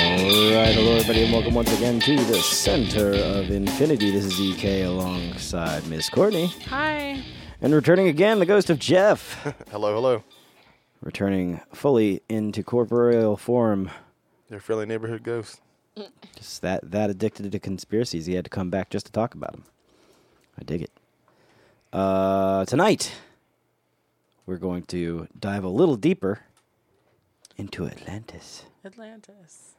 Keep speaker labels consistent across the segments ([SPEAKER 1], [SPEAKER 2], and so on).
[SPEAKER 1] right, hello everybody, and welcome once again to the Center of Infinity. This is EK alongside Miss Courtney,
[SPEAKER 2] Hi.
[SPEAKER 1] and returning again, the ghost of Jeff,
[SPEAKER 3] Hello, hello.
[SPEAKER 1] returning fully into corporeal form.
[SPEAKER 3] Your friendly neighborhood ghost.
[SPEAKER 1] Just that that addicted to conspiracies, he had to come back just to talk about them. I dig it. Uh, tonight, we're going to dive a little deeper into Atlantis.
[SPEAKER 2] Atlantis.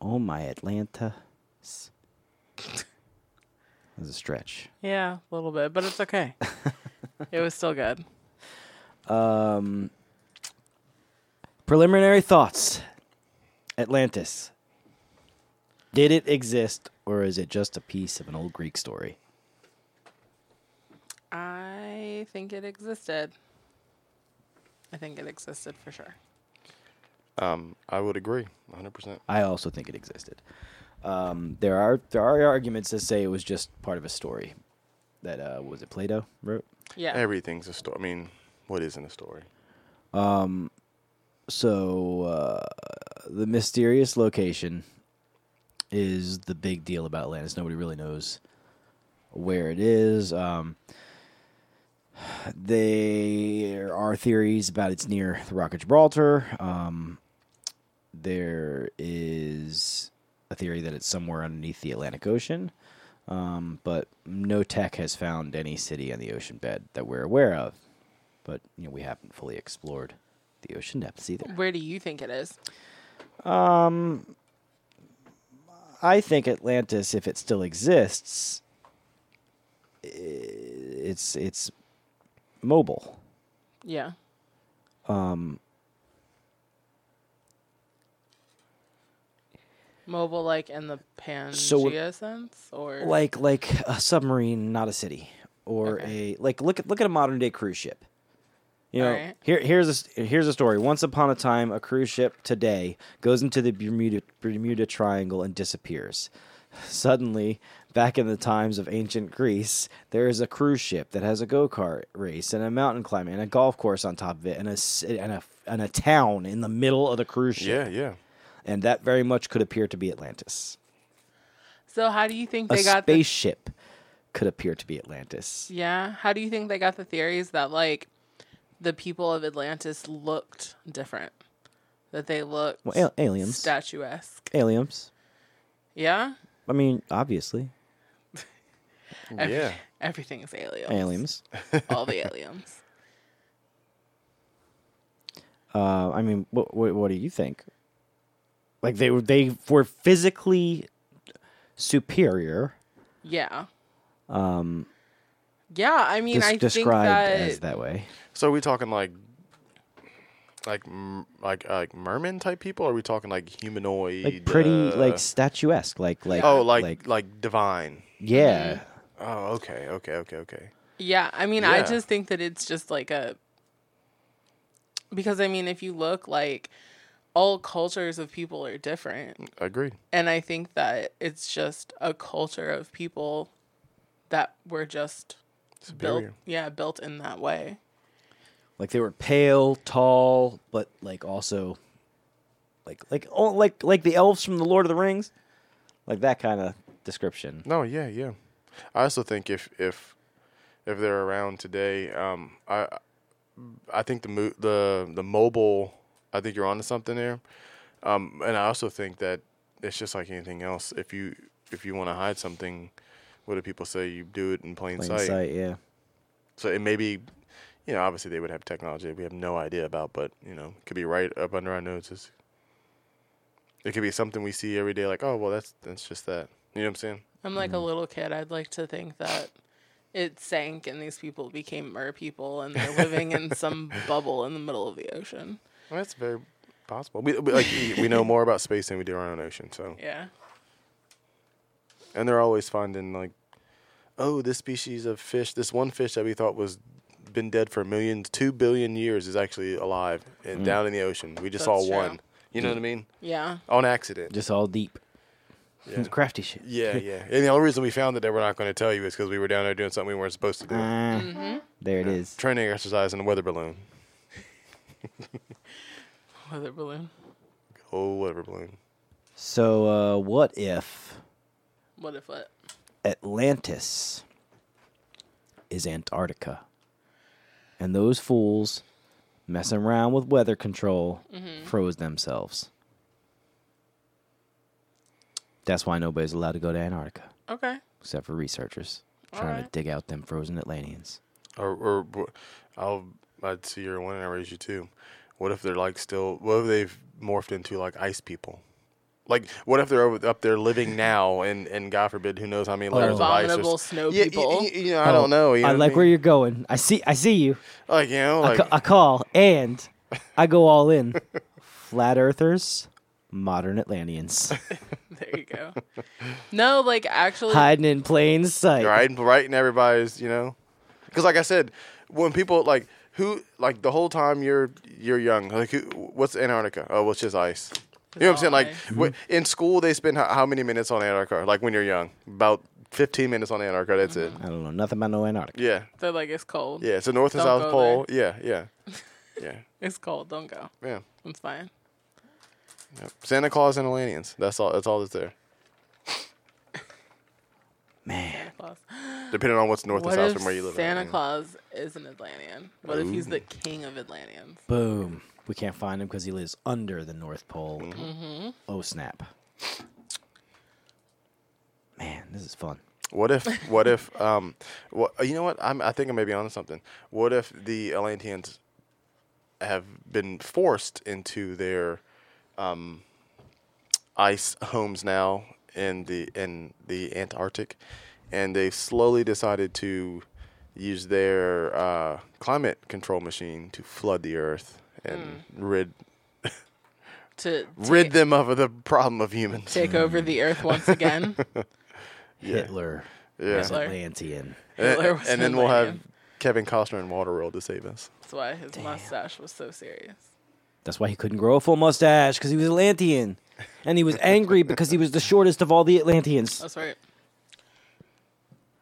[SPEAKER 1] Oh my Atlanta. That was a stretch.
[SPEAKER 2] Yeah, a little bit, but it's okay. it was still good.
[SPEAKER 1] Um, preliminary thoughts. Atlantis. Did it exist, or is it just a piece of an old Greek story?
[SPEAKER 2] I think it existed. I think it existed for sure.
[SPEAKER 3] Um, I would agree, 100%.
[SPEAKER 1] I also think it existed. Um, there are there are arguments that say it was just part of a story that uh, was it Plato wrote.
[SPEAKER 2] Yeah.
[SPEAKER 3] Everything's a story. I mean, what isn't a story?
[SPEAKER 1] So uh, the mysterious location is the big deal about Atlantis. Nobody really knows where it is. Um, there are theories about it's near the Rock of Gibraltar. Um, there is a theory that it's somewhere underneath the Atlantic Ocean, um, but no tech has found any city on the ocean bed that we're aware of. But you know, we haven't fully explored the ocean depths either.
[SPEAKER 2] Where do you think it is?
[SPEAKER 1] Um, I think Atlantis, if it still exists, i- it's it's mobile.
[SPEAKER 2] Yeah.
[SPEAKER 1] Um,
[SPEAKER 2] Mobile, like in the Pangea sense, or
[SPEAKER 1] like like a submarine, not a city, or a like look at look at a modern day cruise ship. You know,
[SPEAKER 2] Alright.
[SPEAKER 1] here here's a s- here's a story. Once upon a time, a cruise ship today goes into the Bermuda Bermuda Triangle and disappears. Suddenly, back in the times of ancient Greece, there is a cruise ship that has a go kart race and a mountain climbing and a golf course on top of it and a s- and a and a town in the middle of the cruise ship.
[SPEAKER 3] Yeah, yeah.
[SPEAKER 1] And that very much could appear to be Atlantis
[SPEAKER 2] so. How do you think
[SPEAKER 1] a
[SPEAKER 2] they got the
[SPEAKER 1] spaceship could appear to be Atlantis.
[SPEAKER 2] Yeah. How do you think they got the theories that like the people of Atlantis looked different? That they looked
[SPEAKER 1] Well, al- aliens.
[SPEAKER 2] statuesque.
[SPEAKER 1] aliens.
[SPEAKER 2] Yeah?
[SPEAKER 1] I mean, obviously,
[SPEAKER 2] Every-
[SPEAKER 3] Yeah.
[SPEAKER 2] Everything is aliens.
[SPEAKER 1] aliens.
[SPEAKER 2] All the aliens.
[SPEAKER 1] Uh, I mean, what, what what do you think? Like they were they were physically superior.
[SPEAKER 2] Yeah. Um Yeah, I mean
[SPEAKER 1] des-
[SPEAKER 2] I think
[SPEAKER 1] described
[SPEAKER 2] that,
[SPEAKER 1] as that way.
[SPEAKER 3] So are we talking like like m- like like merman type people? Or are we talking like humanoid?
[SPEAKER 1] Like pretty,
[SPEAKER 3] uh,
[SPEAKER 1] like statuesque, like like
[SPEAKER 3] oh, like, like divine.
[SPEAKER 1] yeah.
[SPEAKER 3] Oh, okay, okay, okay, okay.
[SPEAKER 2] Yeah, I mean I
[SPEAKER 3] Yeah.
[SPEAKER 2] just think that it's just like a because I mean if you look like all cultures of people are different.
[SPEAKER 3] Agreed.
[SPEAKER 2] And I think that it's just a culture of people that were just built,
[SPEAKER 3] Superior.
[SPEAKER 2] yeah, built in that way.
[SPEAKER 1] Like they were pale, tall, but like also like like oh, like like the elves from the Lord of the Rings, like that kind of description.
[SPEAKER 3] No, yeah, yeah. I also think if if if they're around today, um, I I think the mo- the the mobile. I think you're onto something there, um, and I also think that it's just like anything else. If you if you want to hide something, what do people say? You do it in plain,
[SPEAKER 1] Plain
[SPEAKER 3] sight.
[SPEAKER 1] sight, yeah.
[SPEAKER 3] So it may be, you know, obviously they would have technology that we have no idea about, but you know, it could be right up under our noses. It could be something we see every day, like, oh well, that's that's just that. You know what I'm saying?
[SPEAKER 2] I'm like a little kid. I'd like to think that it sank and these people became mer people and they're living in some bubble in the middle of the ocean.
[SPEAKER 3] Well, that's very possible. We, we- like, we know more about space than we do our own ocean. So,
[SPEAKER 2] Yeah.
[SPEAKER 3] and they're always finding like, oh, this species of fish, this one fish that we thought was been dead for millions, two billion years, is actually alive and down in the ocean. We just
[SPEAKER 2] That's
[SPEAKER 3] saw
[SPEAKER 2] true.
[SPEAKER 3] one. You know what I mean?
[SPEAKER 2] Yeah.
[SPEAKER 3] On accident.
[SPEAKER 1] Just all deep.
[SPEAKER 3] Yeah.
[SPEAKER 1] crafty shit.
[SPEAKER 3] Yeah, yeah. And the only reason we found that they were not going to tell you is because we were down there doing something we weren't supposed to do.
[SPEAKER 1] Mm. Ah. There it is.
[SPEAKER 3] Training exercise in a weather balloon.
[SPEAKER 2] Weather balloon.
[SPEAKER 3] Oh, weather balloon.
[SPEAKER 1] So, uh, what if
[SPEAKER 2] What if what?
[SPEAKER 1] Atlantis is Antarctica? And those fools messing around with weather control froze themselves. That's why nobody's allowed to go to Antarctica,
[SPEAKER 2] Okay.
[SPEAKER 1] except for researchers
[SPEAKER 2] All
[SPEAKER 1] trying to
[SPEAKER 2] right.
[SPEAKER 1] dig out them frozen Atlanteans.
[SPEAKER 3] Or, or wh- I'll I'd see your one and I raise you too. What if they're like still? What if they've morphed into like ice people? Like, what if they're over, up there living now, and, and God forbid, who knows how many layers of ice? or
[SPEAKER 2] Abominable
[SPEAKER 3] s- Oh,
[SPEAKER 2] snow
[SPEAKER 3] yeah, y-
[SPEAKER 2] people.
[SPEAKER 3] y- you know, I don't know. You
[SPEAKER 1] I
[SPEAKER 3] know
[SPEAKER 1] like
[SPEAKER 3] what
[SPEAKER 1] where
[SPEAKER 3] I mean?
[SPEAKER 1] you're going. I see. I see you.
[SPEAKER 3] like you know,
[SPEAKER 1] I
[SPEAKER 3] like
[SPEAKER 1] ca- I call and I go all in. Flat Earthers, modern Atlanteans,
[SPEAKER 2] There you go. No, like actually,
[SPEAKER 1] hiding in plain sight.
[SPEAKER 3] right, right, and everybody's you know, because like I said, when people like who like the whole time you're you're young, like who, what's Antarctica? Oh, well, it's just ice. You know what I'm saying? Like
[SPEAKER 2] It's
[SPEAKER 3] wh- in school, they spend how, how many minutes on Antarctica? Like when you're young, about 15 minutes on Antarctica. That's
[SPEAKER 2] Mm-hmm.
[SPEAKER 3] it.
[SPEAKER 1] I don't know nothing about no Antarctica.
[SPEAKER 3] Yeah,
[SPEAKER 2] they're like it's cold.
[SPEAKER 3] yeah. It's the North and
[SPEAKER 2] Don't
[SPEAKER 3] South
[SPEAKER 2] go
[SPEAKER 3] Pole. Yeah, yeah, yeah,
[SPEAKER 2] It's cold. Don't go.
[SPEAKER 3] yeah.
[SPEAKER 2] It's fine.
[SPEAKER 3] Yep. Santa Claus and Atlanteans. That's all. That's all that's there.
[SPEAKER 1] Man,
[SPEAKER 2] Claus.
[SPEAKER 3] Depending on what's north
[SPEAKER 2] What
[SPEAKER 3] and
[SPEAKER 2] if
[SPEAKER 3] south from where you live. at,
[SPEAKER 2] Santa
[SPEAKER 3] you know.
[SPEAKER 2] Claus is an Atlantean? What if he's the king of Atlanteans?
[SPEAKER 1] boom. We can't find him because he lives under the North Pole. Oh snap! Man, this is fun.
[SPEAKER 3] What if? What if? Um, what you know? What I'm, I think I may be onto something. What if the Atlanteans have been forced into their um, ice homes now in the in the Antarctic, and they've slowly decided to use their uh, climate control machine to flood the Earth and
[SPEAKER 2] Hmm.
[SPEAKER 3] rid
[SPEAKER 2] To
[SPEAKER 3] rid them of the problem of humans.
[SPEAKER 2] take over the earth once again.
[SPEAKER 1] Hitler,
[SPEAKER 3] Yeah.
[SPEAKER 1] was
[SPEAKER 2] Hitler.
[SPEAKER 1] Atlantean.
[SPEAKER 3] and,
[SPEAKER 2] Hitler was
[SPEAKER 3] and
[SPEAKER 2] an
[SPEAKER 3] then we'll have
[SPEAKER 2] Atlantean.
[SPEAKER 3] Kevin Costner in Waterworld to save us.
[SPEAKER 2] That's why his mustache was so serious.
[SPEAKER 1] That's why he couldn't grow a full mustache because he was Atlantean, and he was angry because he was the shortest of all the Atlanteans.
[SPEAKER 2] That's right.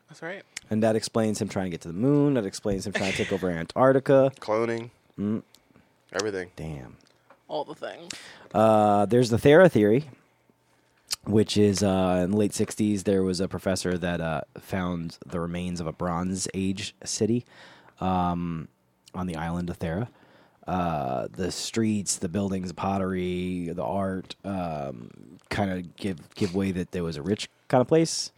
[SPEAKER 2] That's right.
[SPEAKER 1] And that explains him trying to get to the moon. That explains him trying to take over Antarctica.
[SPEAKER 3] Cloning,
[SPEAKER 1] Mm.
[SPEAKER 3] everything.
[SPEAKER 1] Damn.
[SPEAKER 2] All the things.
[SPEAKER 1] Uh, there's the Thera theory, which is uh, in the late 60s, there was a professor that uh, found the remains of a Bronze Age city um, on the island of Thera. Uh, the streets, the buildings, the pottery, the art um, kind of give, give way that there was a rich kind of place.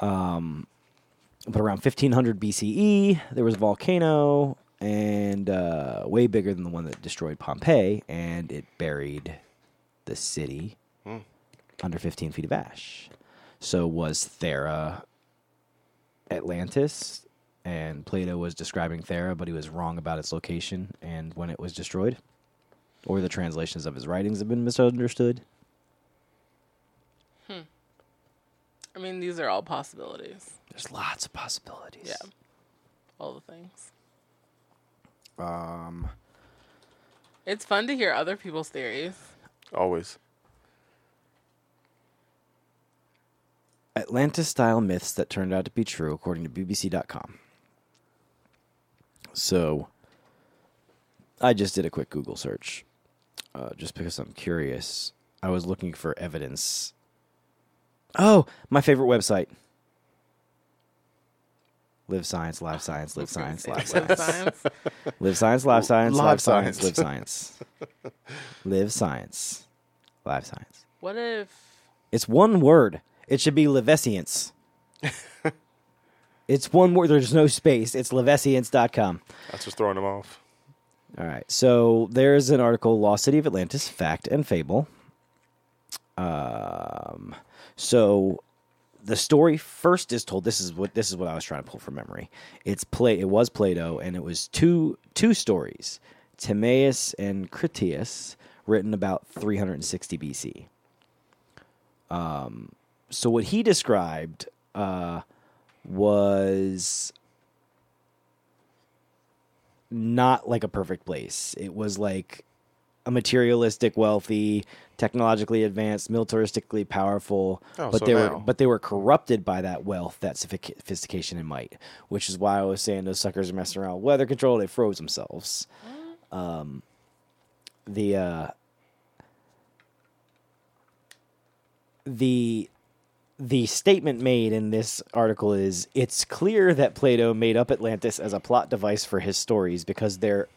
[SPEAKER 1] but around 1500 BCE, E, there was a volcano and uh, way bigger than the one that destroyed Pompeii, and it buried the city under 15 feet of ash. So was Thera Atlantis? And Plato was describing Thera, but he was wrong about its location and when it was destroyed. Or the translations of his writings have been misunderstood.
[SPEAKER 2] I mean, these are all possibilities.
[SPEAKER 1] There's lots of possibilities.
[SPEAKER 2] Yeah. All the things.
[SPEAKER 1] Um,
[SPEAKER 2] It's fun to hear other people's theories.
[SPEAKER 3] Always.
[SPEAKER 1] Atlantis style myths that turned out to be true, according to BBC.com. So, I just did a quick Google search uh, just because I'm curious. I was looking for evidence. Oh, my favorite website Live Science, Live Science, Live Science, Live Science.
[SPEAKER 2] science.
[SPEAKER 1] Live science, live science,
[SPEAKER 3] Live
[SPEAKER 1] live science,
[SPEAKER 3] science.
[SPEAKER 1] live science. Live science, live science.
[SPEAKER 2] What if
[SPEAKER 1] It's one word. It should be Levesience. it's one word. There's no space. It's levesience.com.
[SPEAKER 3] That's just throwing them off.
[SPEAKER 1] All right. So there's an article, Lost City of Atlantis, Fact and Fable. Um, so the story first is told. This is what this is what I was trying to pull from memory. It's play. It was Plato, and it was two two stories, Timaeus and Critias, written about 360 BC. Um, so what he described uh, was not like a perfect place. It was like a materialistic, wealthy, technologically advanced, militaristically powerful,
[SPEAKER 3] Oh,
[SPEAKER 1] but
[SPEAKER 3] so
[SPEAKER 1] they were
[SPEAKER 3] now.
[SPEAKER 1] but they were corrupted by that wealth, that sophic- sophistication and might, which is why I was saying those suckers are messing around with weather control. They froze themselves. Um, the uh, the the statement made in this article is it's clear that Plato made up Atlantis as a plot device for his stories because there are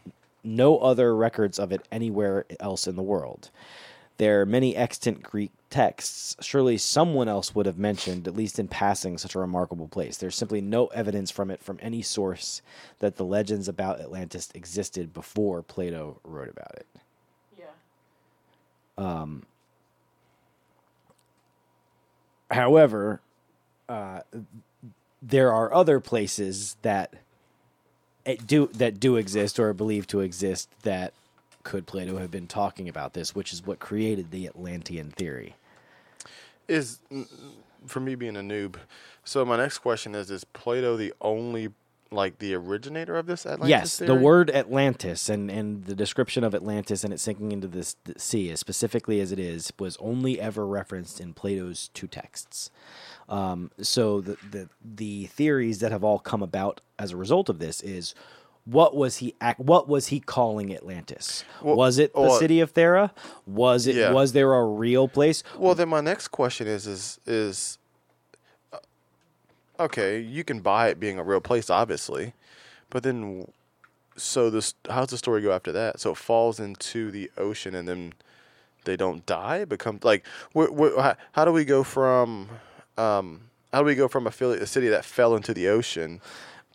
[SPEAKER 1] no other records of it anywhere else in the world. There are many extant Greek texts. Surely someone else would have mentioned, at least in passing, such a remarkable place. There's simply no evidence from it from any source that the legends about Atlantis existed before Plato wrote about it.
[SPEAKER 2] Yeah.
[SPEAKER 1] However, uh, there are other places that it do that do exist or are believed to exist that could Plato have been talking about this, which is what created the Atlantean theory.
[SPEAKER 3] Is mm, for me being a noob. So my next question is: Is Plato the only like the originator of this Atlantis
[SPEAKER 1] yes, the
[SPEAKER 3] theory?
[SPEAKER 1] word Atlantis and, and the description of Atlantis and it sinking into this th- sea, as specifically as it is, was only ever referenced in Plato's two texts. Um, so the, the the theories that have all come about as a result of this is what was he ac- what was he calling Atlantis?
[SPEAKER 3] Well,
[SPEAKER 1] was it the
[SPEAKER 3] well-
[SPEAKER 1] city of Thera? Was it
[SPEAKER 3] Yeah.
[SPEAKER 1] was there a real place?
[SPEAKER 3] Well, then my next question is: Is is uh, okay? You can buy it being a real place, obviously, but then so this how's the story go after that? So it falls into the ocean, and then they don't die. It becomes like wh- wh- how, how do we go from um, how do we go from a, fili- a city that fell into the ocean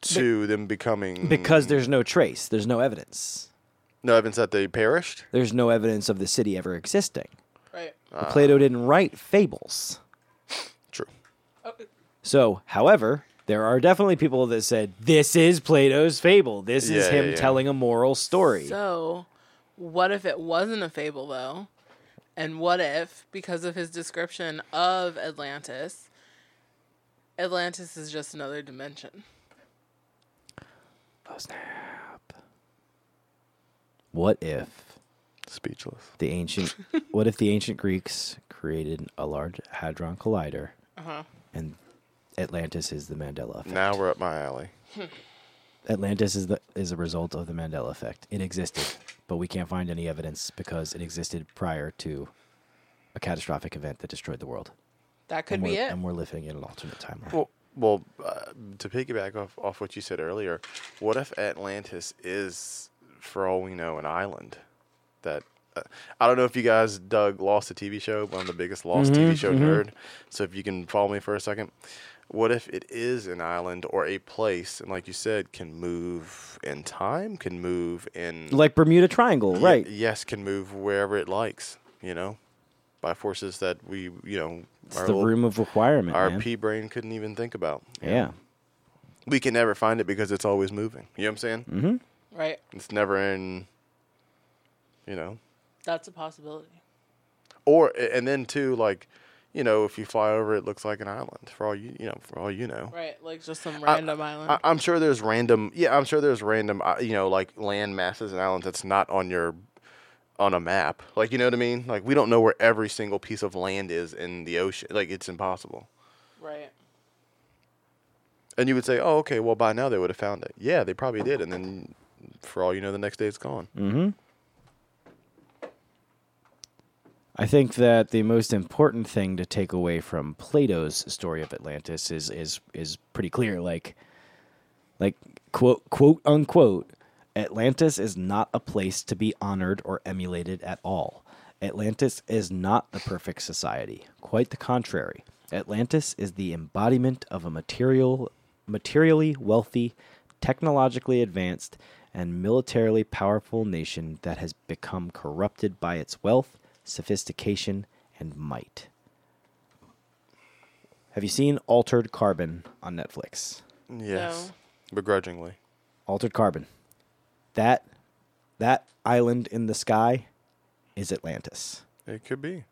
[SPEAKER 3] to them becoming
[SPEAKER 1] Because there's no trace, there's no evidence.
[SPEAKER 3] no evidence that they perished?
[SPEAKER 1] There's no evidence of the city ever existing.
[SPEAKER 2] Right.
[SPEAKER 3] Ah.
[SPEAKER 1] Plato didn't write fables.
[SPEAKER 3] True.
[SPEAKER 1] So, however, there are definitely people that said this is Plato's fable. This is
[SPEAKER 3] Yeah,
[SPEAKER 1] him
[SPEAKER 3] yeah, yeah.
[SPEAKER 1] telling a moral story.
[SPEAKER 2] So, what if it wasn't a fable though? And what if, because of his description of Atlantis, Atlantis is just another dimension?
[SPEAKER 1] Oh, snap. What if
[SPEAKER 3] Speechless.
[SPEAKER 1] the ancient what if the ancient Greeks created a large hadron collider
[SPEAKER 2] Uh-huh.
[SPEAKER 1] and Atlantis is the Mandela effect.
[SPEAKER 3] Now we're up my alley.
[SPEAKER 1] Atlantis is the is a result of the Mandela effect. It existed, but we can't find any evidence because it existed prior to a catastrophic event that destroyed the world.
[SPEAKER 2] That could
[SPEAKER 1] and
[SPEAKER 2] be
[SPEAKER 1] we're,
[SPEAKER 2] it.
[SPEAKER 1] And we're living in an alternate timeline.
[SPEAKER 3] Well, well, uh, to piggyback off off what you said earlier, what if Atlantis is, for all we know, an island? That uh, I don't know if you guys dug Lost the TV show, but I'm the biggest Lost
[SPEAKER 1] Mm-hmm,
[SPEAKER 3] TV show nerd. So if you can follow me for a second, what if it is an island or a place, and like you said, can move in time, can move in
[SPEAKER 1] like Bermuda Triangle,
[SPEAKER 3] Ye-
[SPEAKER 1] right?
[SPEAKER 3] yes, can move wherever it likes. You know, by forces that we you know
[SPEAKER 1] It's the room of requirement,
[SPEAKER 3] our
[SPEAKER 1] man.
[SPEAKER 3] pea brain couldn't even think about
[SPEAKER 1] yeah.
[SPEAKER 3] we can never find it because it's always moving. You know what I'm saying? Mm-hmm.
[SPEAKER 2] right.
[SPEAKER 3] It's never in, you know,
[SPEAKER 2] That's a possibility.
[SPEAKER 3] or and then too like, you know, if you fly over, it looks like an island for all you you know for all you know.
[SPEAKER 2] Right. Like just some random island.
[SPEAKER 3] I, I'm sure there's random. Yeah, I'm sure there's random. uh, You know, like land masses and islands that's not on your on a map. Like you know what I mean? Like we don't know where every single piece of land is in the ocean. Like it's impossible.
[SPEAKER 2] right.
[SPEAKER 3] And you would say, oh, okay, well by now they would have found it. Yeah, they probably did. And then for all you know, the next day it's gone.
[SPEAKER 1] I think that the most important thing to take away from Plato's story of Atlantis is is is pretty clear. Like, like quote quote unquote, Atlantis is not a place to be honored or emulated at all. Atlantis is not the perfect society. Quite the contrary. Atlantis is the embodiment of a material, materially wealthy, technologically advanced, and militarily powerful nation that has become corrupted by its wealth, sophistication, and might. Have you seen Altered Carbon on Netflix?
[SPEAKER 3] Yes. Begrudgingly.
[SPEAKER 1] Altered Carbon. That that island in the sky is Atlantis.
[SPEAKER 3] It could be.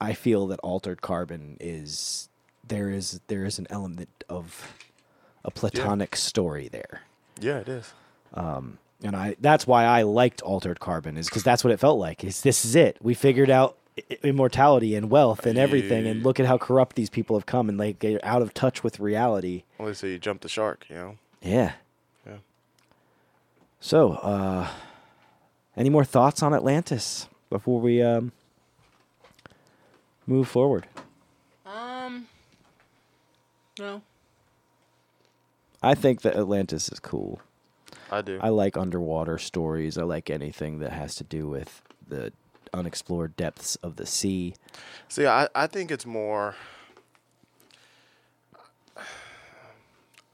[SPEAKER 1] I feel that altered carbon is there is there is an element of a platonic story there.
[SPEAKER 3] Yeah, it is.
[SPEAKER 1] And I that's why I liked altered carbon is cuz that's what it felt like. Is this is it. We figured out i- i- immortality and wealth and everything and look at how corrupt these people have come and like they're out of touch with reality.
[SPEAKER 3] Well, they say you jump the shark, you know?
[SPEAKER 1] Yeah.
[SPEAKER 3] Yeah.
[SPEAKER 1] So, uh any more thoughts on Atlantis before we um move forward.
[SPEAKER 2] Um, no.
[SPEAKER 1] I think that Atlantis is cool.
[SPEAKER 3] I do.
[SPEAKER 1] I like underwater stories. I like anything that has to do with the unexplored depths of the sea.
[SPEAKER 3] See, I, I think it's more.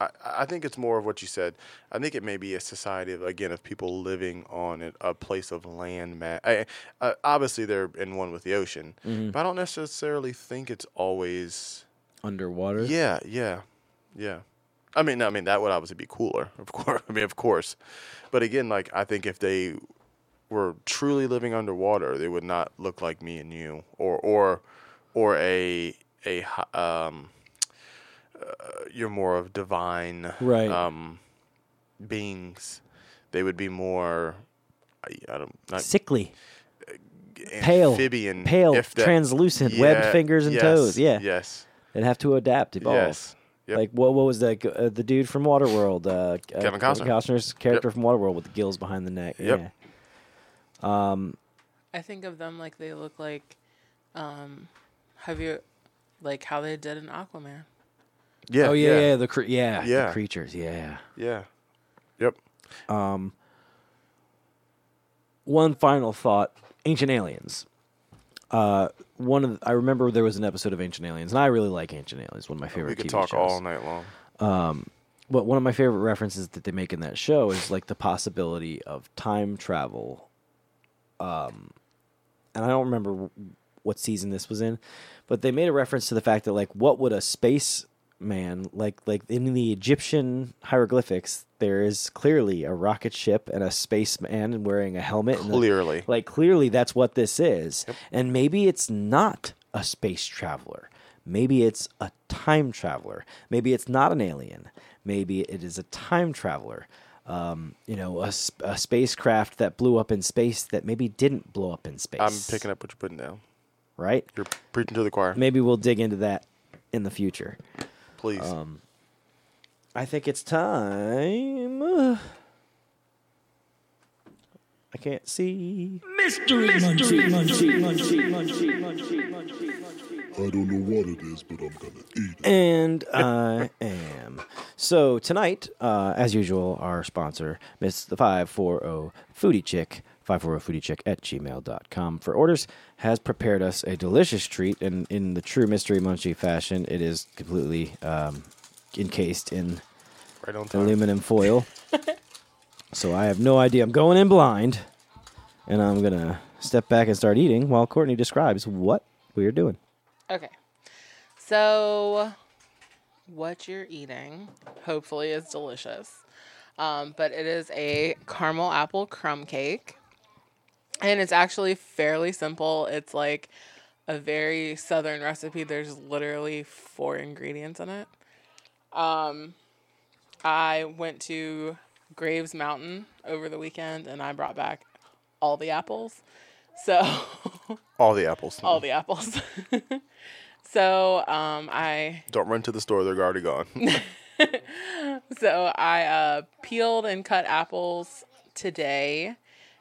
[SPEAKER 3] I, I think it's more of what you said. I think it may be a society of, again of people living on a, a place of land. Ma- I, I, obviously, they're in one with the ocean, but I don't necessarily think it's always.
[SPEAKER 1] Underwater?
[SPEAKER 3] Yeah, yeah, yeah. I mean, I mean that would obviously be cooler, of course. I mean, of course, but again, like I think if they were truly living underwater, they would not look like me and you, or or or a a hi- um. Uh, you're more of divine
[SPEAKER 1] Right.
[SPEAKER 3] um, beings. They would be more. I, I don't not
[SPEAKER 1] Sickly, pale,
[SPEAKER 3] amphibian,
[SPEAKER 1] pale,
[SPEAKER 3] if that-
[SPEAKER 1] translucent, webbed
[SPEAKER 3] Yeah,
[SPEAKER 1] fingers and
[SPEAKER 3] yes,
[SPEAKER 1] toes. Yeah,
[SPEAKER 3] Yes.
[SPEAKER 1] they'd have to adapt, evolve.
[SPEAKER 3] Yes. Yep.
[SPEAKER 1] Like what? What was that? g- Uh, the dude from Waterworld, uh, Kevin,
[SPEAKER 3] Kevin Costner.
[SPEAKER 1] Costner's character from Waterworld with the gills behind the neck.
[SPEAKER 3] Yep.
[SPEAKER 1] Yeah.
[SPEAKER 2] I think of them like they look like, um, have you, like how they did in Aquaman.
[SPEAKER 3] yeah.
[SPEAKER 1] Oh yeah, yeah, the cre- yeah, the
[SPEAKER 3] Yeah.
[SPEAKER 1] creatures, yeah.
[SPEAKER 3] Yeah. Yep.
[SPEAKER 1] One final thought: Ancient Aliens. Uh, one of I remember there was an episode of Ancient Aliens, and I really like Ancient Aliens. One of my favorite.
[SPEAKER 3] We could
[SPEAKER 1] TV
[SPEAKER 3] talk
[SPEAKER 1] shows.
[SPEAKER 3] all night long.
[SPEAKER 1] But one of my favorite references that they make in that show is like the possibility of time travel. Um, and I don't remember w- what season this was in, but they made a reference to the fact that like, what would a space man like like in the Egyptian hieroglyphics? There is clearly a rocket ship and a spaceman wearing a helmet. and a-
[SPEAKER 3] Clearly.
[SPEAKER 1] like clearly that's what this is. And maybe it's not a space traveler. Maybe it's a time traveler. Maybe it's not an alien. Maybe it is a time traveler. Um, you know, a, sp- a spacecraft that blew up in space that maybe didn't blow up in space.
[SPEAKER 3] I'm picking up what you're putting down.
[SPEAKER 1] right.
[SPEAKER 3] You're preaching to the choir.
[SPEAKER 1] Maybe we'll dig into that in the future.
[SPEAKER 3] Please.
[SPEAKER 1] um, I think it's time. Ugh. I can't see.
[SPEAKER 4] I don't know what it is, but I'm gonna eat it.
[SPEAKER 1] And I am. So tonight, uh, as usual, our sponsor, Miss the 540 Foodie Chick, 540 Foodie Chick at gmail.com for orders, has prepared us a delicious treat. And in the true Mystery Munchie fashion, it is completely um, encased in
[SPEAKER 3] right on time.
[SPEAKER 1] aluminum foil. so I have no idea. I'm going in blind. And I'm going to step back and start eating while Courtney describes what we are doing.
[SPEAKER 2] Okay. So, what you're eating hopefully is delicious. Um, but it is a caramel apple crumb cake. And it's actually fairly simple. It's like a very southern recipe. There's literally four ingredients in it. Um, I went to Graves Mountain over the weekend and I brought back all the apples. So.
[SPEAKER 3] all the apples.
[SPEAKER 2] all the apples. so um, I
[SPEAKER 3] Don't run to the store; they're already gone.
[SPEAKER 2] so I uh, peeled and cut apples today,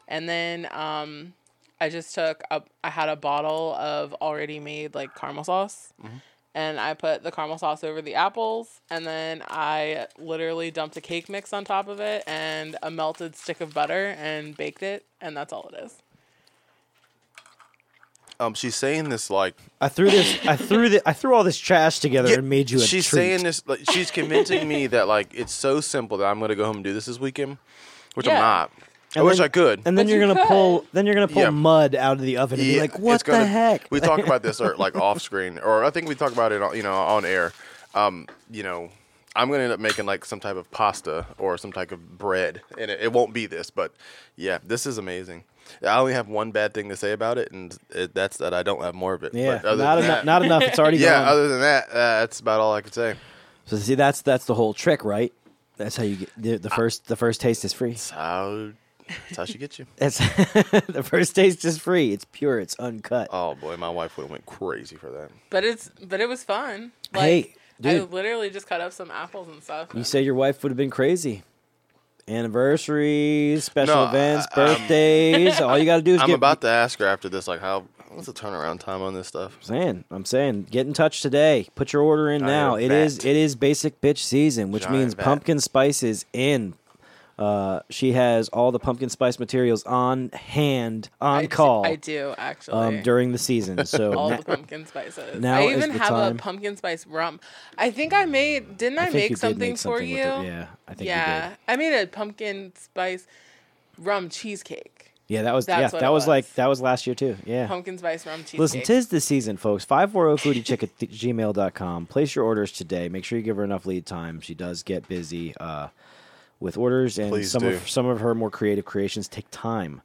[SPEAKER 2] and then um, I just took a I had a bottle of already made like caramel sauce,
[SPEAKER 1] Mm-hmm.
[SPEAKER 2] and I put the caramel sauce over the apples, and then I literally dumped a cake mix on top of it and a melted stick of butter and baked it, and that's all it is.
[SPEAKER 3] um, she's saying this like
[SPEAKER 1] I threw this. I threw the. I threw all this trash together and made you a
[SPEAKER 3] she's
[SPEAKER 1] treat.
[SPEAKER 3] saying this. Like, she's convincing me that like it's so simple that I'm gonna go home and do this this weekend, which
[SPEAKER 2] Yeah.
[SPEAKER 3] I'm not. I
[SPEAKER 1] And
[SPEAKER 3] wish
[SPEAKER 1] then-
[SPEAKER 3] I could.
[SPEAKER 1] and then
[SPEAKER 2] But
[SPEAKER 1] you're
[SPEAKER 2] you
[SPEAKER 1] gonna
[SPEAKER 2] could.
[SPEAKER 1] pull. Then you're gonna pull
[SPEAKER 3] Yeah.
[SPEAKER 1] mud out of the oven and be
[SPEAKER 3] Yeah,
[SPEAKER 1] like, "What
[SPEAKER 3] it's
[SPEAKER 1] the
[SPEAKER 3] gonna-
[SPEAKER 1] heck?"
[SPEAKER 3] We talked about this or like off screen, or I think we talked about it, on, you know, on air. Um, you know, I'm gonna end up making like some type of pasta or some type of bread, and it, it won't be this, but yeah, this is amazing. I only have one bad thing to say about it, and it, that's that I don't have more of it.
[SPEAKER 1] yeah,
[SPEAKER 3] But other
[SPEAKER 1] not
[SPEAKER 3] than
[SPEAKER 1] enough.
[SPEAKER 3] that-
[SPEAKER 1] Not enough. It's already
[SPEAKER 3] yeah.
[SPEAKER 1] gone.
[SPEAKER 3] Other than that, uh, that's about all I could say.
[SPEAKER 1] so see, that's that's the whole trick, right? That's how you get the, the first. The first taste is free.
[SPEAKER 3] That's how. That's how she gets you.
[SPEAKER 1] That's the first taste is free. It's pure. It's uncut.
[SPEAKER 3] Oh boy, my wife would have went crazy for that.
[SPEAKER 2] But it's but it was fun.
[SPEAKER 1] Hey,
[SPEAKER 2] Like I
[SPEAKER 1] dude.
[SPEAKER 2] literally just cut up some apples and stuff.
[SPEAKER 1] you
[SPEAKER 2] and-
[SPEAKER 1] say your wife would have been crazy. Anniversaries, special
[SPEAKER 3] No,
[SPEAKER 1] events,
[SPEAKER 3] I- I'm-
[SPEAKER 1] birthdays. all you got to do is
[SPEAKER 3] I'm
[SPEAKER 1] get
[SPEAKER 3] about to ask her after this, like how What's the turnaround time on this stuff?
[SPEAKER 1] saying, I'm saying, get in touch today. Put your order in
[SPEAKER 3] Giant
[SPEAKER 1] now. It
[SPEAKER 3] vat.
[SPEAKER 1] is it is basic bitch season, which
[SPEAKER 3] Giant
[SPEAKER 1] means
[SPEAKER 3] vat.
[SPEAKER 1] pumpkin spice is in. Uh, she has all the pumpkin spice materials on hand
[SPEAKER 2] I
[SPEAKER 1] on
[SPEAKER 2] d-
[SPEAKER 1] call
[SPEAKER 2] I do actually.
[SPEAKER 1] um, during the season. So
[SPEAKER 2] all
[SPEAKER 1] na-
[SPEAKER 2] the pumpkin spices.
[SPEAKER 1] now
[SPEAKER 2] I
[SPEAKER 1] is
[SPEAKER 2] even
[SPEAKER 1] the
[SPEAKER 2] have
[SPEAKER 1] time.
[SPEAKER 2] a pumpkin spice rum. I think I made. Didn't
[SPEAKER 1] I
[SPEAKER 2] I,
[SPEAKER 1] think you
[SPEAKER 2] make
[SPEAKER 1] did
[SPEAKER 2] something,
[SPEAKER 1] make
[SPEAKER 2] for
[SPEAKER 1] something
[SPEAKER 2] you?
[SPEAKER 1] with it. Yeah, I think you
[SPEAKER 2] yeah,
[SPEAKER 1] did.
[SPEAKER 2] I made a pumpkin spice rum cheesecake.
[SPEAKER 1] Yeah, that was
[SPEAKER 2] That's
[SPEAKER 1] yeah,
[SPEAKER 2] what
[SPEAKER 1] that
[SPEAKER 2] it
[SPEAKER 1] was, like
[SPEAKER 2] was.
[SPEAKER 1] that was last year too. Yeah.
[SPEAKER 2] Pumpkin spice rum cheesecake.
[SPEAKER 1] Listen, tis the season, folks. 540foodiechick at th- gmail.com. Place your orders today. Make sure you give her enough lead time. She does get busy uh, with orders, and
[SPEAKER 3] Please
[SPEAKER 1] some
[SPEAKER 3] do.
[SPEAKER 1] of some of her more creative creations take time.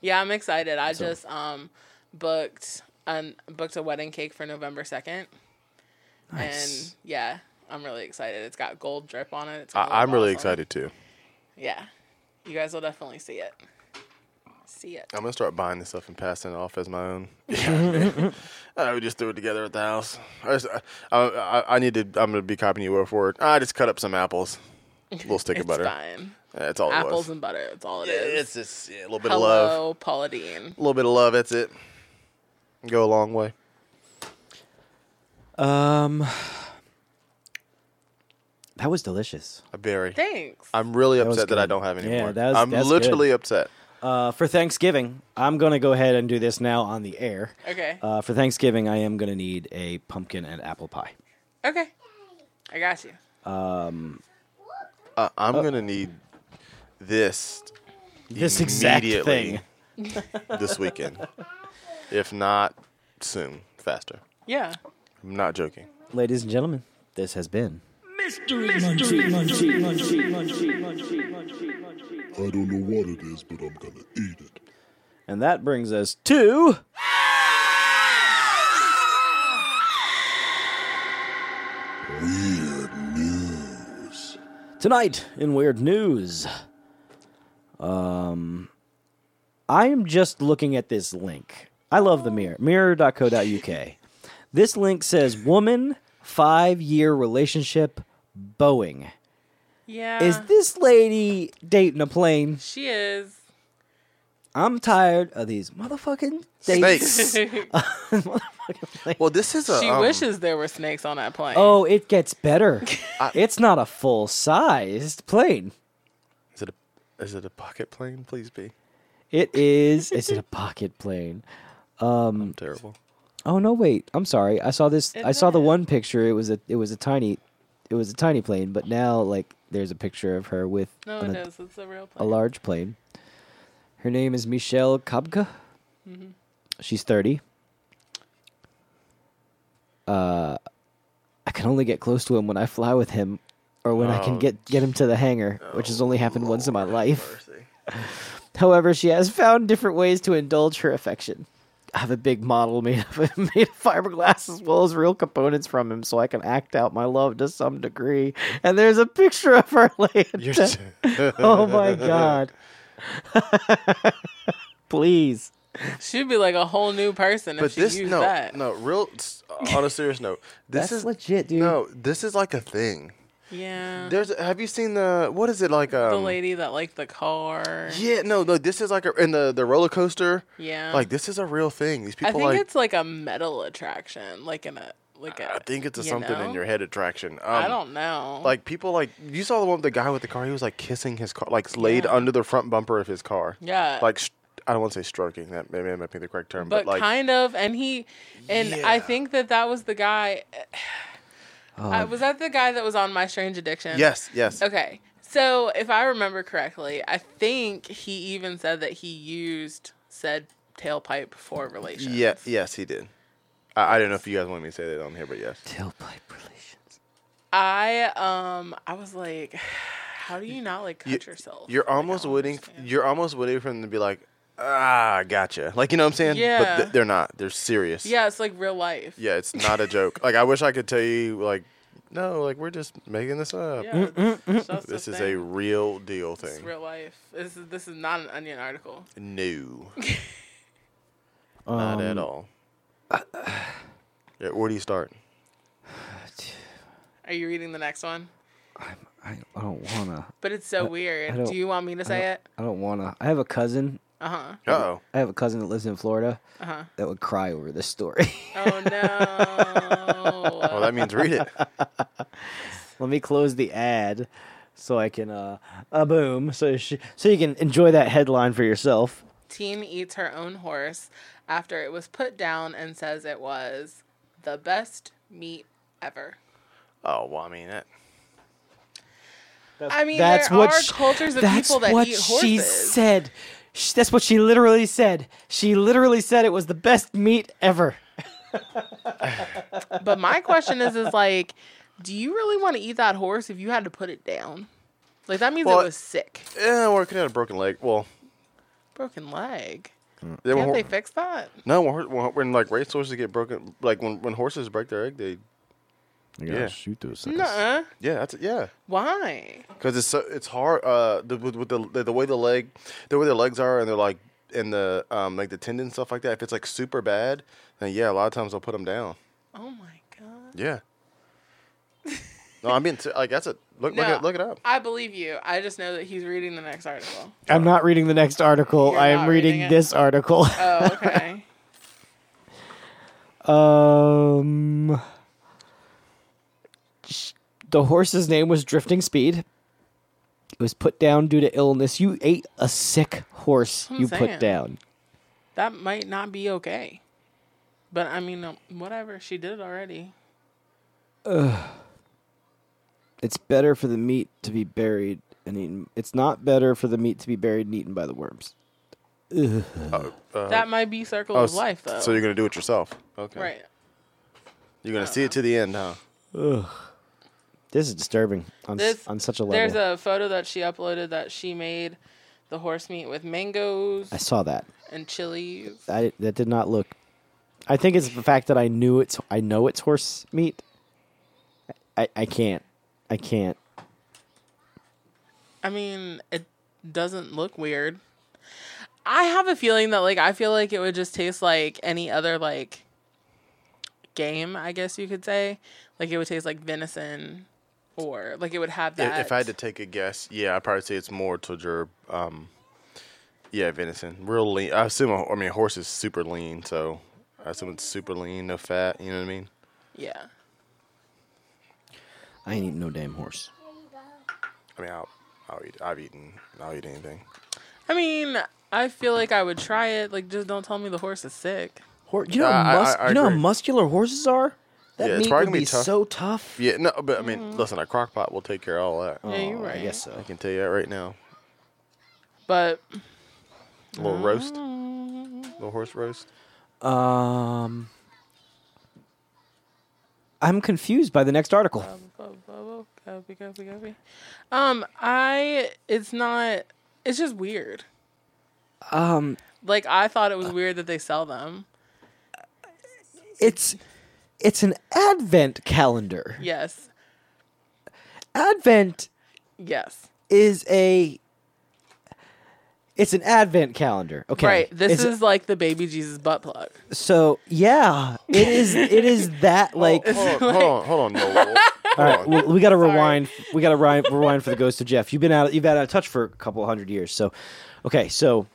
[SPEAKER 2] Yeah, I'm excited. I just um booked an booked a wedding cake for November second.
[SPEAKER 1] Nice.
[SPEAKER 2] And yeah, I'm really excited. It's got gold drip on it. It's gonna look
[SPEAKER 3] I, I'm really
[SPEAKER 2] awesome.
[SPEAKER 3] excited too.
[SPEAKER 2] Yeah. You guys will definitely see it. See it.
[SPEAKER 3] I'm gonna start buying this stuff and passing it off as my own. Yeah, I we just threw it together at the house. I, just, I, I, I need to. I'm gonna be copying you word for word. I just cut up some apples, a little stick
[SPEAKER 2] It's
[SPEAKER 3] of butter.
[SPEAKER 2] fine.
[SPEAKER 3] That's all it was.
[SPEAKER 2] Apples and butter. That's all it
[SPEAKER 3] Yeah,
[SPEAKER 2] is.
[SPEAKER 3] it's just yeah, a little bit of love.
[SPEAKER 2] Hello, Paula Deen.
[SPEAKER 3] A little bit of love. That's it. Go a long way.
[SPEAKER 1] Um, that was delicious.
[SPEAKER 3] A berry.
[SPEAKER 2] Thanks.
[SPEAKER 3] I'm really
[SPEAKER 1] was
[SPEAKER 3] upset that I
[SPEAKER 1] good.
[SPEAKER 3] don't have any
[SPEAKER 1] Yeah,
[SPEAKER 3] more.
[SPEAKER 1] that's-
[SPEAKER 3] I'm
[SPEAKER 1] that's
[SPEAKER 3] literally
[SPEAKER 1] good.
[SPEAKER 3] upset.
[SPEAKER 1] Uh, for Thanksgiving, I'm going to go ahead and do this now on the air.
[SPEAKER 2] okay.
[SPEAKER 1] Uh, for Thanksgiving, I am going to need a pumpkin and apple pie.
[SPEAKER 2] okay. I got you.
[SPEAKER 3] Uh, I'm
[SPEAKER 1] Oh.
[SPEAKER 3] gonna need this
[SPEAKER 1] This exact
[SPEAKER 3] immediately
[SPEAKER 1] thing.
[SPEAKER 3] this weekend, if not soon, faster.
[SPEAKER 2] Yeah.
[SPEAKER 3] I'm not joking.
[SPEAKER 1] Ladies and gentlemen, this has been
[SPEAKER 4] I don't know what it is, but I'm gonna eat it.
[SPEAKER 1] And that brings us to.
[SPEAKER 4] Weird news.
[SPEAKER 1] Tonight in Weird News. Um, I am just looking at this link. I love the mirror. Mirror.co.uk. this link says woman, five year relationship, Boeing.
[SPEAKER 2] Yeah.
[SPEAKER 1] Is this lady dating a plane?
[SPEAKER 2] she is.
[SPEAKER 1] I'm tired of these motherfucking dates.
[SPEAKER 3] Snakes.
[SPEAKER 2] she
[SPEAKER 1] Motherfucking plane.
[SPEAKER 3] Well, this is a. um,
[SPEAKER 2] wishes there were snakes on that plane.
[SPEAKER 1] Oh, it gets better. it's not a full sized plane.
[SPEAKER 3] Is it a is it a pocket plane? Please be.
[SPEAKER 1] It is. It's a pocket plane.
[SPEAKER 3] I'm terrible.
[SPEAKER 1] Oh no, wait. I'm sorry. I saw this. I saw the one picture. It was a. It was a tiny. It was a tiny plane. But now, like, there's a picture of her with
[SPEAKER 2] No,
[SPEAKER 1] an
[SPEAKER 2] it
[SPEAKER 1] ad-
[SPEAKER 2] is. It's a real
[SPEAKER 1] a
[SPEAKER 2] plane.
[SPEAKER 1] large plane. Her name is Michelle Kabka.
[SPEAKER 2] Mm-hmm.
[SPEAKER 1] She's 30. Uh, Uh, I can only get close to him when I fly with him or when I can get, get him to the hangar, which has only happened once in my life. However, she has found different ways to indulge her affection. I have a big model made of, made of fiberglass as well as real components from him so I can act out my love to some degree. And there's a picture of her laying
[SPEAKER 3] You're
[SPEAKER 1] down.
[SPEAKER 3] t-
[SPEAKER 1] Oh my god. Please.
[SPEAKER 2] She'd be like a whole new person if
[SPEAKER 3] but
[SPEAKER 2] she
[SPEAKER 3] this
[SPEAKER 2] used
[SPEAKER 3] no
[SPEAKER 2] that.
[SPEAKER 3] no real s- on a serious note. This
[SPEAKER 1] That's
[SPEAKER 3] is
[SPEAKER 1] legit, dude.
[SPEAKER 3] No, this is like a thing.
[SPEAKER 2] Yeah.
[SPEAKER 3] There's have you seen the what is it like um,
[SPEAKER 2] the lady that liked the car.
[SPEAKER 3] Yeah, no, no. This is like a in the the roller coaster.
[SPEAKER 2] Yeah.
[SPEAKER 3] Like this is a real thing. These
[SPEAKER 2] I
[SPEAKER 3] people
[SPEAKER 2] think
[SPEAKER 3] like
[SPEAKER 2] it's like a metal attraction, like in a like a.
[SPEAKER 3] I think it's a
[SPEAKER 2] you
[SPEAKER 3] something in
[SPEAKER 2] know?
[SPEAKER 3] your head attraction. Um,
[SPEAKER 2] I don't know.
[SPEAKER 3] like people like you saw the one with the guy with the car. He was like kissing his car, like laid under the front bumper of his car.
[SPEAKER 2] Yeah.
[SPEAKER 3] like st- I don't want to say stroking. That maybe that might be the correct term, but,
[SPEAKER 2] but
[SPEAKER 3] like
[SPEAKER 2] kind of, and he, and I
[SPEAKER 3] Yeah. Oh.
[SPEAKER 2] think that that was the guy. I, was that the guy that was on My Strange Addiction?
[SPEAKER 3] yes, yes.
[SPEAKER 2] Okay. So, if I remember correctly, I think he even said that he used said tailpipe for relations.
[SPEAKER 3] Yeah, yes, he did. I, I don't know if you guys want me to say that on here, but yes.
[SPEAKER 1] Tailpipe relations.
[SPEAKER 2] I um I was like, how do you not like cut
[SPEAKER 3] You,
[SPEAKER 2] yourself?
[SPEAKER 3] you're
[SPEAKER 2] Like, I
[SPEAKER 3] almost
[SPEAKER 2] don't
[SPEAKER 3] waiting.
[SPEAKER 2] understand.
[SPEAKER 3] You're almost waiting for them to be like, ah, gotcha. Like you know what I'm saying? But
[SPEAKER 2] Yeah.
[SPEAKER 3] th- they're not. They're serious.
[SPEAKER 2] Yeah, it's like real life.
[SPEAKER 3] Yeah, it's not a joke. like I wish I could tell you, like, no, like we're just making this up.
[SPEAKER 2] Yeah, it's just
[SPEAKER 3] This is a
[SPEAKER 2] thing.
[SPEAKER 3] real deal thing.
[SPEAKER 2] It's real life. This is this is not an onion article.
[SPEAKER 3] No. Not
[SPEAKER 1] Um,
[SPEAKER 3] at all. yeah, where do you start?
[SPEAKER 2] Are you reading the next one?
[SPEAKER 1] I, I don't wanna.
[SPEAKER 2] But it's so
[SPEAKER 1] I
[SPEAKER 2] weird.
[SPEAKER 1] don't-
[SPEAKER 2] Do you want me to
[SPEAKER 1] I
[SPEAKER 2] say
[SPEAKER 1] don't-
[SPEAKER 2] it?
[SPEAKER 1] I don't wanna. I have a cousin
[SPEAKER 2] Uh
[SPEAKER 3] Uh-oh.
[SPEAKER 1] I have a cousin that lives in Florida
[SPEAKER 2] huh. Uh huh.
[SPEAKER 1] that would cry over this story.
[SPEAKER 2] Oh no.
[SPEAKER 3] Well, Oh, that means read it.
[SPEAKER 1] Let me close the ad so I can uh, uh boom so sh- so you can enjoy that headline for yourself.
[SPEAKER 2] Teen eats her own horse after it was put down and says it was the best meat ever.
[SPEAKER 3] Oh, well, I mean, that,
[SPEAKER 2] I mean,
[SPEAKER 1] that's
[SPEAKER 2] there
[SPEAKER 1] what
[SPEAKER 2] are
[SPEAKER 1] sh-
[SPEAKER 2] cultures of
[SPEAKER 1] that's
[SPEAKER 2] people that
[SPEAKER 1] what
[SPEAKER 2] eat
[SPEAKER 1] she
[SPEAKER 2] horses.
[SPEAKER 1] said. Sh that's what she literally said. She literally said it was the best meat ever.
[SPEAKER 2] But my question is, is like, do you really want to eat that horse if you had to put it down? Like that means
[SPEAKER 3] Well,
[SPEAKER 2] it was sick,
[SPEAKER 3] yeah, or it could have had a broken leg. Well,
[SPEAKER 2] broken leg.
[SPEAKER 3] they
[SPEAKER 2] Can't
[SPEAKER 3] were-
[SPEAKER 2] they fix that?
[SPEAKER 3] No, when, hor- when, when like race horses get broken, like when, when horses break their egg, they
[SPEAKER 1] You
[SPEAKER 3] gotta Yeah.
[SPEAKER 1] shoot those
[SPEAKER 2] Nuh-uh.
[SPEAKER 3] yeah, that's yeah,
[SPEAKER 2] Why?
[SPEAKER 3] because it's so, it's hard. Uh, the, with, with the, the the way the leg, the way their legs are, and they're like and the um like the tendon and stuff like that. If it's like super bad, then yeah, a lot of times they'll put them down.
[SPEAKER 2] Oh my god.
[SPEAKER 3] Yeah. no, I mean t- like that's a look look
[SPEAKER 2] No.
[SPEAKER 3] it look it up.
[SPEAKER 2] I believe you. I just know that he's reading the next article.
[SPEAKER 1] I'm not reading the next article.
[SPEAKER 2] You're
[SPEAKER 1] I am
[SPEAKER 2] not
[SPEAKER 1] reading,
[SPEAKER 2] reading it?
[SPEAKER 1] this article.
[SPEAKER 2] Oh, okay.
[SPEAKER 1] um, sh- the horse's name was Drifting Speed. It was put down due to illness. You ate a sick horse.
[SPEAKER 2] I'm
[SPEAKER 1] you
[SPEAKER 2] saying.
[SPEAKER 1] put down.
[SPEAKER 2] that might not be okay. But I mean, um, whatever. She did it already.
[SPEAKER 1] It's better for the meat to be buried and eaten. It's not better for the meat to be buried and eaten by the worms.
[SPEAKER 2] that might be circle
[SPEAKER 3] Oh,
[SPEAKER 2] of
[SPEAKER 3] s-
[SPEAKER 2] life, though.
[SPEAKER 3] So you're gonna do it yourself. Okay.
[SPEAKER 2] right. Uh,
[SPEAKER 3] You're gonna see it to the end, huh?
[SPEAKER 1] This is disturbing on, s-
[SPEAKER 2] This
[SPEAKER 1] on such a
[SPEAKER 2] There's
[SPEAKER 1] level. I
[SPEAKER 2] a photo that she uploaded that she made the horse meat with mangoes
[SPEAKER 1] saw that.
[SPEAKER 2] and chilies.
[SPEAKER 1] I, that did not look. I think it's the fact that I knew it's. I know it's horse meat. I, I can't. I can't.
[SPEAKER 2] I mean, it doesn't look weird. I have a feeling that like I feel like it would just taste like any other like game, I guess you could say. Like it would taste like venison or like it would have
[SPEAKER 3] I-
[SPEAKER 2] that
[SPEAKER 3] If I had to take a guess, yeah, I'd probably say it's more towards your, um, yeah, venison. Real lean. I assume, a- I mean, a horse is super lean, so I assume it's super lean, no fat. You know what I mean?
[SPEAKER 2] Yeah.
[SPEAKER 1] I ain't eating no damn horse.
[SPEAKER 3] I mean, I'll, I'll eat, I've eaten, I'll eat anything.
[SPEAKER 2] I mean, I feel like I would try it. Like just don't tell me the horse is sick.
[SPEAKER 1] Hor- you know,
[SPEAKER 3] Yeah, I-
[SPEAKER 1] how mus-
[SPEAKER 3] I- I
[SPEAKER 1] you know how
[SPEAKER 3] agree.
[SPEAKER 1] muscular horses are. That
[SPEAKER 3] Yeah, it's
[SPEAKER 1] meat
[SPEAKER 3] probably
[SPEAKER 1] would
[SPEAKER 3] gonna be
[SPEAKER 1] be
[SPEAKER 3] tough.
[SPEAKER 1] so tough.
[SPEAKER 3] Yeah, no, but I mean, listen, a crock pot will take care of all that.
[SPEAKER 2] Mm-hmm. Yeah, you're
[SPEAKER 1] Oh,
[SPEAKER 2] right.
[SPEAKER 1] I guess so.
[SPEAKER 3] I can tell you that right now.
[SPEAKER 2] But
[SPEAKER 3] A little roast,
[SPEAKER 2] Mm-hmm.
[SPEAKER 3] little horse roast.
[SPEAKER 1] Um, I'm confused by the next article.
[SPEAKER 2] Copy, copy, copy. Um, I it's not. It's just weird.
[SPEAKER 1] Um, uh,
[SPEAKER 2] Like I thought it was weird that they sell them.
[SPEAKER 1] it's it's an advent calendar.
[SPEAKER 2] Yes,
[SPEAKER 1] Advent
[SPEAKER 2] yes.
[SPEAKER 1] is a it's an advent calendar. Okay.
[SPEAKER 2] Right. This
[SPEAKER 1] It's-
[SPEAKER 2] is like the baby Jesus butt plug.
[SPEAKER 1] so yeah, it is it is that like
[SPEAKER 3] Oh, hold, on, hold on, hold on, Noel.
[SPEAKER 1] all right, well, we got to rewind we got to rewind, rewind for the ghost of Jeff. You've been out you've been out of touch for a couple hundred years. So okay, so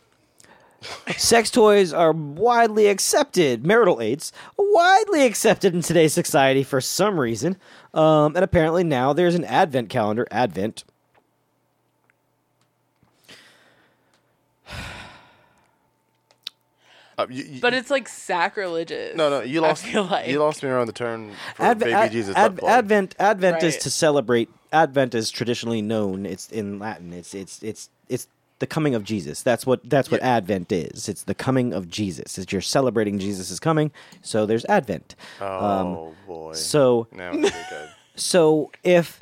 [SPEAKER 1] sex toys are widely accepted marital aids widely accepted in today's society for some reason um, and apparently now there's an advent calendar advent
[SPEAKER 3] Uh, you- you-
[SPEAKER 2] But it's like sacrilegious.
[SPEAKER 3] no, no, you
[SPEAKER 2] I
[SPEAKER 3] lost,
[SPEAKER 2] feel like-
[SPEAKER 3] you lost me around the turn for
[SPEAKER 1] Adve-
[SPEAKER 3] baby
[SPEAKER 1] ad-
[SPEAKER 3] Jesus.
[SPEAKER 1] ad-
[SPEAKER 3] butt plug.
[SPEAKER 1] Advent Advent is
[SPEAKER 2] Right.
[SPEAKER 1] to celebrate. Advent is traditionally known. It's in Latin. It's it's it's it's the coming of Jesus. That's what that's what Advent is. It's the coming of Jesus. It's you're celebrating Jesus is coming. So there's Advent.
[SPEAKER 3] Oh
[SPEAKER 2] Um,
[SPEAKER 3] boy.
[SPEAKER 1] So
[SPEAKER 3] now it's pretty good.
[SPEAKER 1] so if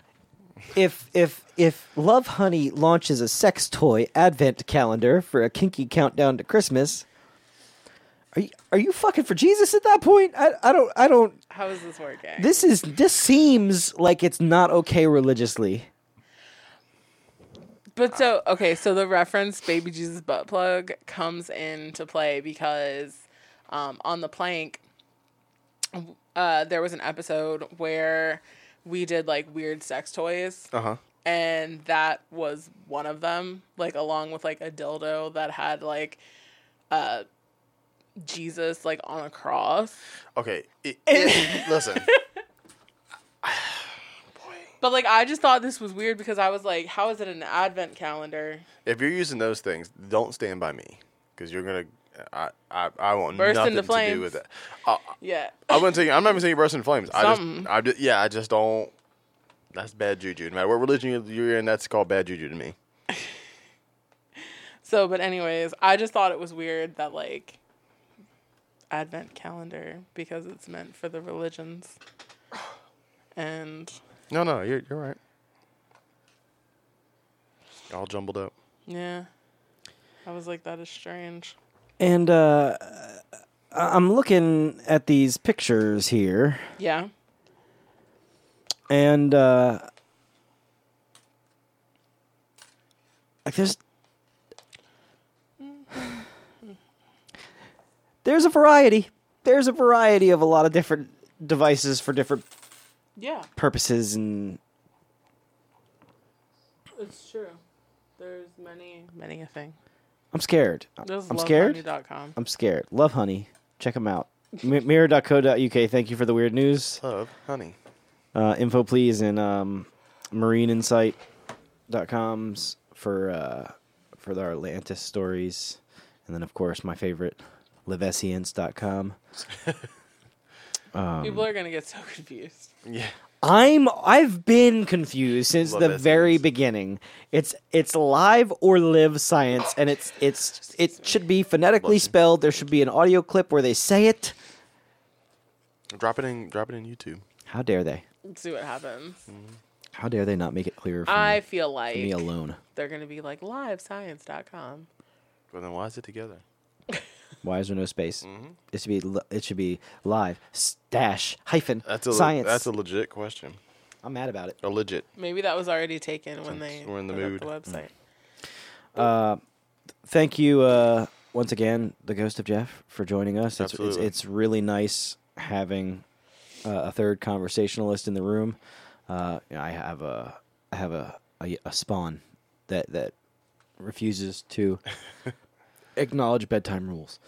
[SPEAKER 1] if if if Love Honey launches a sex toy Advent calendar for a kinky countdown to Christmas. Are you, are you fucking for Jesus at that point? I, I don't I don't
[SPEAKER 2] How is this working?
[SPEAKER 1] this is this seems like it's not okay religiously.
[SPEAKER 2] But so okay, so the reference "baby Jesus butt plug" comes into play because um, on the plank, uh, there was an episode where we did like weird sex toys,
[SPEAKER 3] Uh huh.
[SPEAKER 2] and that was one of them like along with like a dildo that had like uh jesus like on a cross
[SPEAKER 3] Okay, it, it- listen.
[SPEAKER 2] but like i just thought this was weird because i was like how is it an advent calendar
[SPEAKER 3] If you're using those things, don't stand by me because you're gonna. I I, I want
[SPEAKER 2] Burst
[SPEAKER 3] nothing
[SPEAKER 2] into
[SPEAKER 3] to do
[SPEAKER 2] flames.
[SPEAKER 3] with that. I,
[SPEAKER 2] yeah
[SPEAKER 3] I wouldn't tell you. I'm not even saying you burst into flames.
[SPEAKER 2] Something.
[SPEAKER 3] I just, I just, yeah, I just don't. That's bad juju. No matter what religion you're in, that's called bad juju to me.
[SPEAKER 2] so but anyways i just thought it was weird that like advent calendar because it's meant for the religions and
[SPEAKER 3] No, no, you're you're right. All jumbled up.
[SPEAKER 2] yeah i was like that is strange
[SPEAKER 1] And uh, I- I'm looking at these pictures here,
[SPEAKER 2] yeah
[SPEAKER 1] and uh, like there's there's a variety. There's a variety of a lot of different devices for different
[SPEAKER 2] yeah
[SPEAKER 1] purposes and
[SPEAKER 2] It's true. There's many, many a thing.
[SPEAKER 1] I'm scared.
[SPEAKER 2] This is
[SPEAKER 1] I'm scared.
[SPEAKER 2] lovehoney.com.
[SPEAKER 1] I'm scared. Love honey. Check them out. M- mirror.co.uk. Thank you for the weird news.
[SPEAKER 3] Love, honey.
[SPEAKER 1] Uh, info please and um, marineinsight.coms for uh, for our Atlantis stories. And then of course my favorite livescience.com.
[SPEAKER 2] People are gonna get so confused.
[SPEAKER 3] Yeah.
[SPEAKER 1] I'm I've been confused since the
[SPEAKER 3] Livescience.
[SPEAKER 1] very beginning. It's it's live or live science and it's it's it should be phonetically spelled. There should be an audio clip where they say it.
[SPEAKER 3] Drop it in. Drop it in YouTube.
[SPEAKER 1] How dare they?
[SPEAKER 2] Let's see what happens.
[SPEAKER 1] How dare they not make it clear for
[SPEAKER 2] I
[SPEAKER 1] me,
[SPEAKER 2] feel
[SPEAKER 1] for me
[SPEAKER 2] like
[SPEAKER 1] alone?
[SPEAKER 2] they're gonna be like livescience.com.
[SPEAKER 3] Well, then why is it together?
[SPEAKER 1] Why is there no space?
[SPEAKER 3] Mm-hmm.
[SPEAKER 1] It should be li- it should be live s- dash hyphen
[SPEAKER 3] That's a le-
[SPEAKER 1] science.
[SPEAKER 3] that's a legit question.
[SPEAKER 1] I'm mad about it.
[SPEAKER 3] A legit.
[SPEAKER 2] Maybe that was already taken when they
[SPEAKER 3] Since we're in the
[SPEAKER 2] put up
[SPEAKER 3] mood.
[SPEAKER 2] the website.
[SPEAKER 1] Thank you uh, once again, the ghost of Jeff, for joining us. It's it's,
[SPEAKER 3] Absolutely.
[SPEAKER 1] it's really nice having uh, a third conversationalist in the room. Uh, you know, I have a I have a, a a spawn that that refuses to acknowledge bedtime rules,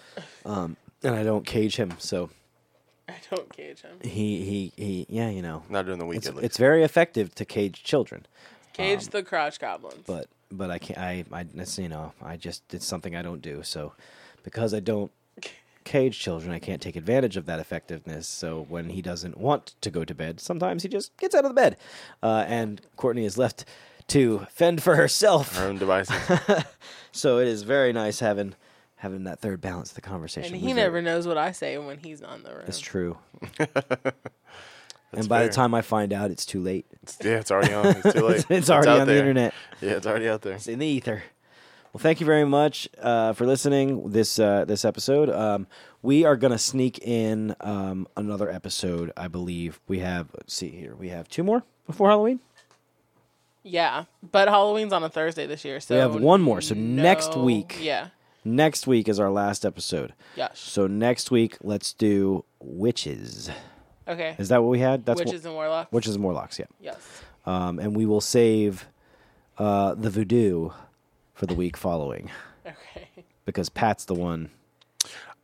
[SPEAKER 1] um, and I don't cage him. So
[SPEAKER 2] I don't cage him.
[SPEAKER 1] he he he yeah, you know.
[SPEAKER 3] Not during the week
[SPEAKER 1] It's,
[SPEAKER 3] at least.
[SPEAKER 1] it's very effective to cage children.
[SPEAKER 2] Cage the crotch goblins.
[SPEAKER 1] Um, but but I can't. I I that's, you know I just it's something I don't do. So because I don't cage children, I can't take advantage of that effectiveness. So when he doesn't want to go to bed, sometimes he just gets out of the bed, uh, and Courtney is left to fend for herself.
[SPEAKER 3] Our own devices.
[SPEAKER 1] So it is very nice having having that third balance of the conversation.
[SPEAKER 2] and
[SPEAKER 1] We
[SPEAKER 2] he
[SPEAKER 1] very-
[SPEAKER 2] never knows what I say when he's not in the room.
[SPEAKER 1] It's true. and by
[SPEAKER 3] fair.
[SPEAKER 1] the time I find out, it's too late. It's,
[SPEAKER 3] yeah, it's already on. It's too late.
[SPEAKER 1] it's already
[SPEAKER 3] out
[SPEAKER 1] on the
[SPEAKER 3] there.
[SPEAKER 1] internet.
[SPEAKER 3] Yeah, it's already out there.
[SPEAKER 1] It's in the ether. Well, thank you very much uh, for listening this uh, this episode. Um, we are going to sneak in um, another episode, I believe. We have let's see here, we have two more before Halloween.
[SPEAKER 2] Yeah, but Halloween's on a Thursday this year, so
[SPEAKER 1] We have one more, so next
[SPEAKER 2] no-
[SPEAKER 1] week.
[SPEAKER 2] Yeah,
[SPEAKER 1] Next week is our last episode.
[SPEAKER 2] yes.
[SPEAKER 1] So next week, let's do witches.
[SPEAKER 2] Okay,
[SPEAKER 1] Is that what we had? That's
[SPEAKER 2] witches
[SPEAKER 1] Mo-
[SPEAKER 2] and warlocks.
[SPEAKER 1] witches and warlocks. Yeah.
[SPEAKER 2] yes.
[SPEAKER 1] Um, and we will save uh, the voodoo for the week following
[SPEAKER 2] Okay.
[SPEAKER 1] because Pat's the one.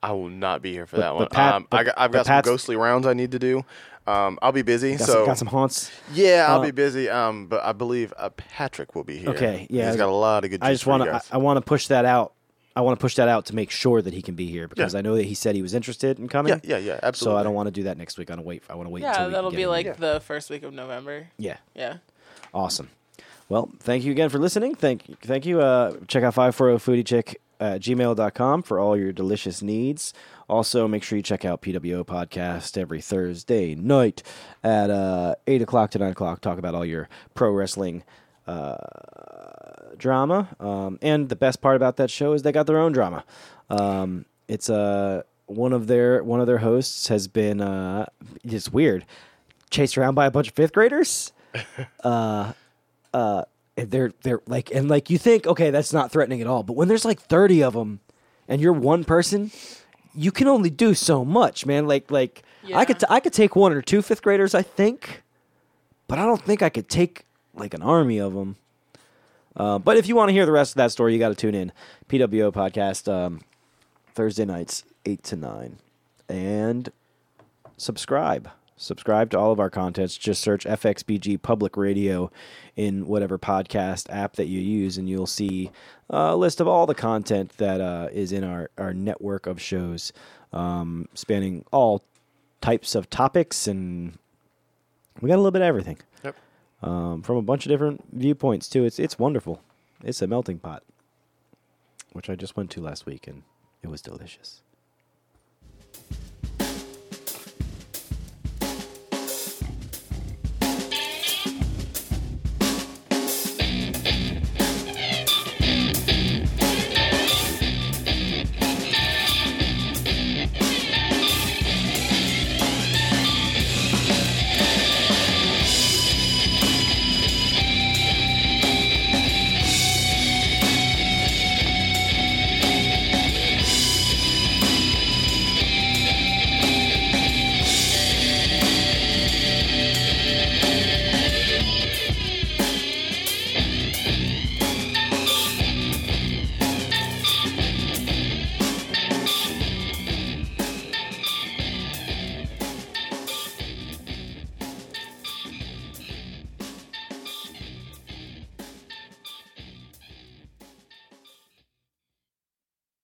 [SPEAKER 3] I will not be here for
[SPEAKER 1] But-
[SPEAKER 3] that
[SPEAKER 1] but
[SPEAKER 3] one.
[SPEAKER 1] Pat-
[SPEAKER 3] um,
[SPEAKER 1] but-
[SPEAKER 3] I got, I've
[SPEAKER 1] but
[SPEAKER 3] got some
[SPEAKER 1] Pat's-
[SPEAKER 3] ghostly rounds I need to do. Um, I'll be busy.
[SPEAKER 1] Got,
[SPEAKER 3] so
[SPEAKER 1] some, got some haunts.
[SPEAKER 3] yeah, I'll
[SPEAKER 1] uh,
[SPEAKER 3] be busy. Um, but I believe uh, Patrick will be here.
[SPEAKER 1] Okay, yeah.
[SPEAKER 3] he's got a lot of good.
[SPEAKER 1] I just want to. I, I want to push that out. I want to push that out to make sure that he can be here because
[SPEAKER 3] Yeah.
[SPEAKER 1] I know that he said he was interested in coming.
[SPEAKER 3] Yeah, yeah, yeah,
[SPEAKER 1] So I
[SPEAKER 3] absolutely.
[SPEAKER 1] don't want to do that next week. I want to wait. I want to wait. until
[SPEAKER 2] Yeah,
[SPEAKER 1] we
[SPEAKER 2] that'll
[SPEAKER 1] can
[SPEAKER 2] be
[SPEAKER 1] get him in.
[SPEAKER 2] like the first week of November.
[SPEAKER 1] Yeah.
[SPEAKER 2] Yeah.
[SPEAKER 1] Awesome. Well, thank you again for listening. Thank thank you. Uh, check out 540foodiechick at gmail.com for all your delicious needs. Also, make sure you check out PWO Podcast every Thursday night at uh, 8 o'clock to 9 o'clock. Talk about all your pro wrestling uh, drama. Um, and the best part about that show is they got their own drama. Um, it's uh, one of their one of their hosts has been uh, it's weird chased around by a bunch of fifth graders Uh, and they're they're like and like you think okay that's not threatening at all but when there's like 30 of them and you're one person you can only do so much man like like i could t-
[SPEAKER 2] Yeah.
[SPEAKER 1] i could take one or two fifth graders i think but i don't think i could take like an army of them. Uh, but if you want to hear the rest of that story, you got to tune in. PWO podcast um, Thursday nights eight to nine, and subscribe. Subscribe to all of our contents. Just search FXBG Public Radio in whatever podcast app that you use, and you'll see a list of all the content that uh, is in our, our network of shows, um, spanning all types of topics. And we got a little bit of everything
[SPEAKER 3] Yep.
[SPEAKER 1] um, from a bunch of different viewpoints, too. It's, it's wonderful. It's a melting pot, which I just went to last week, and it was delicious.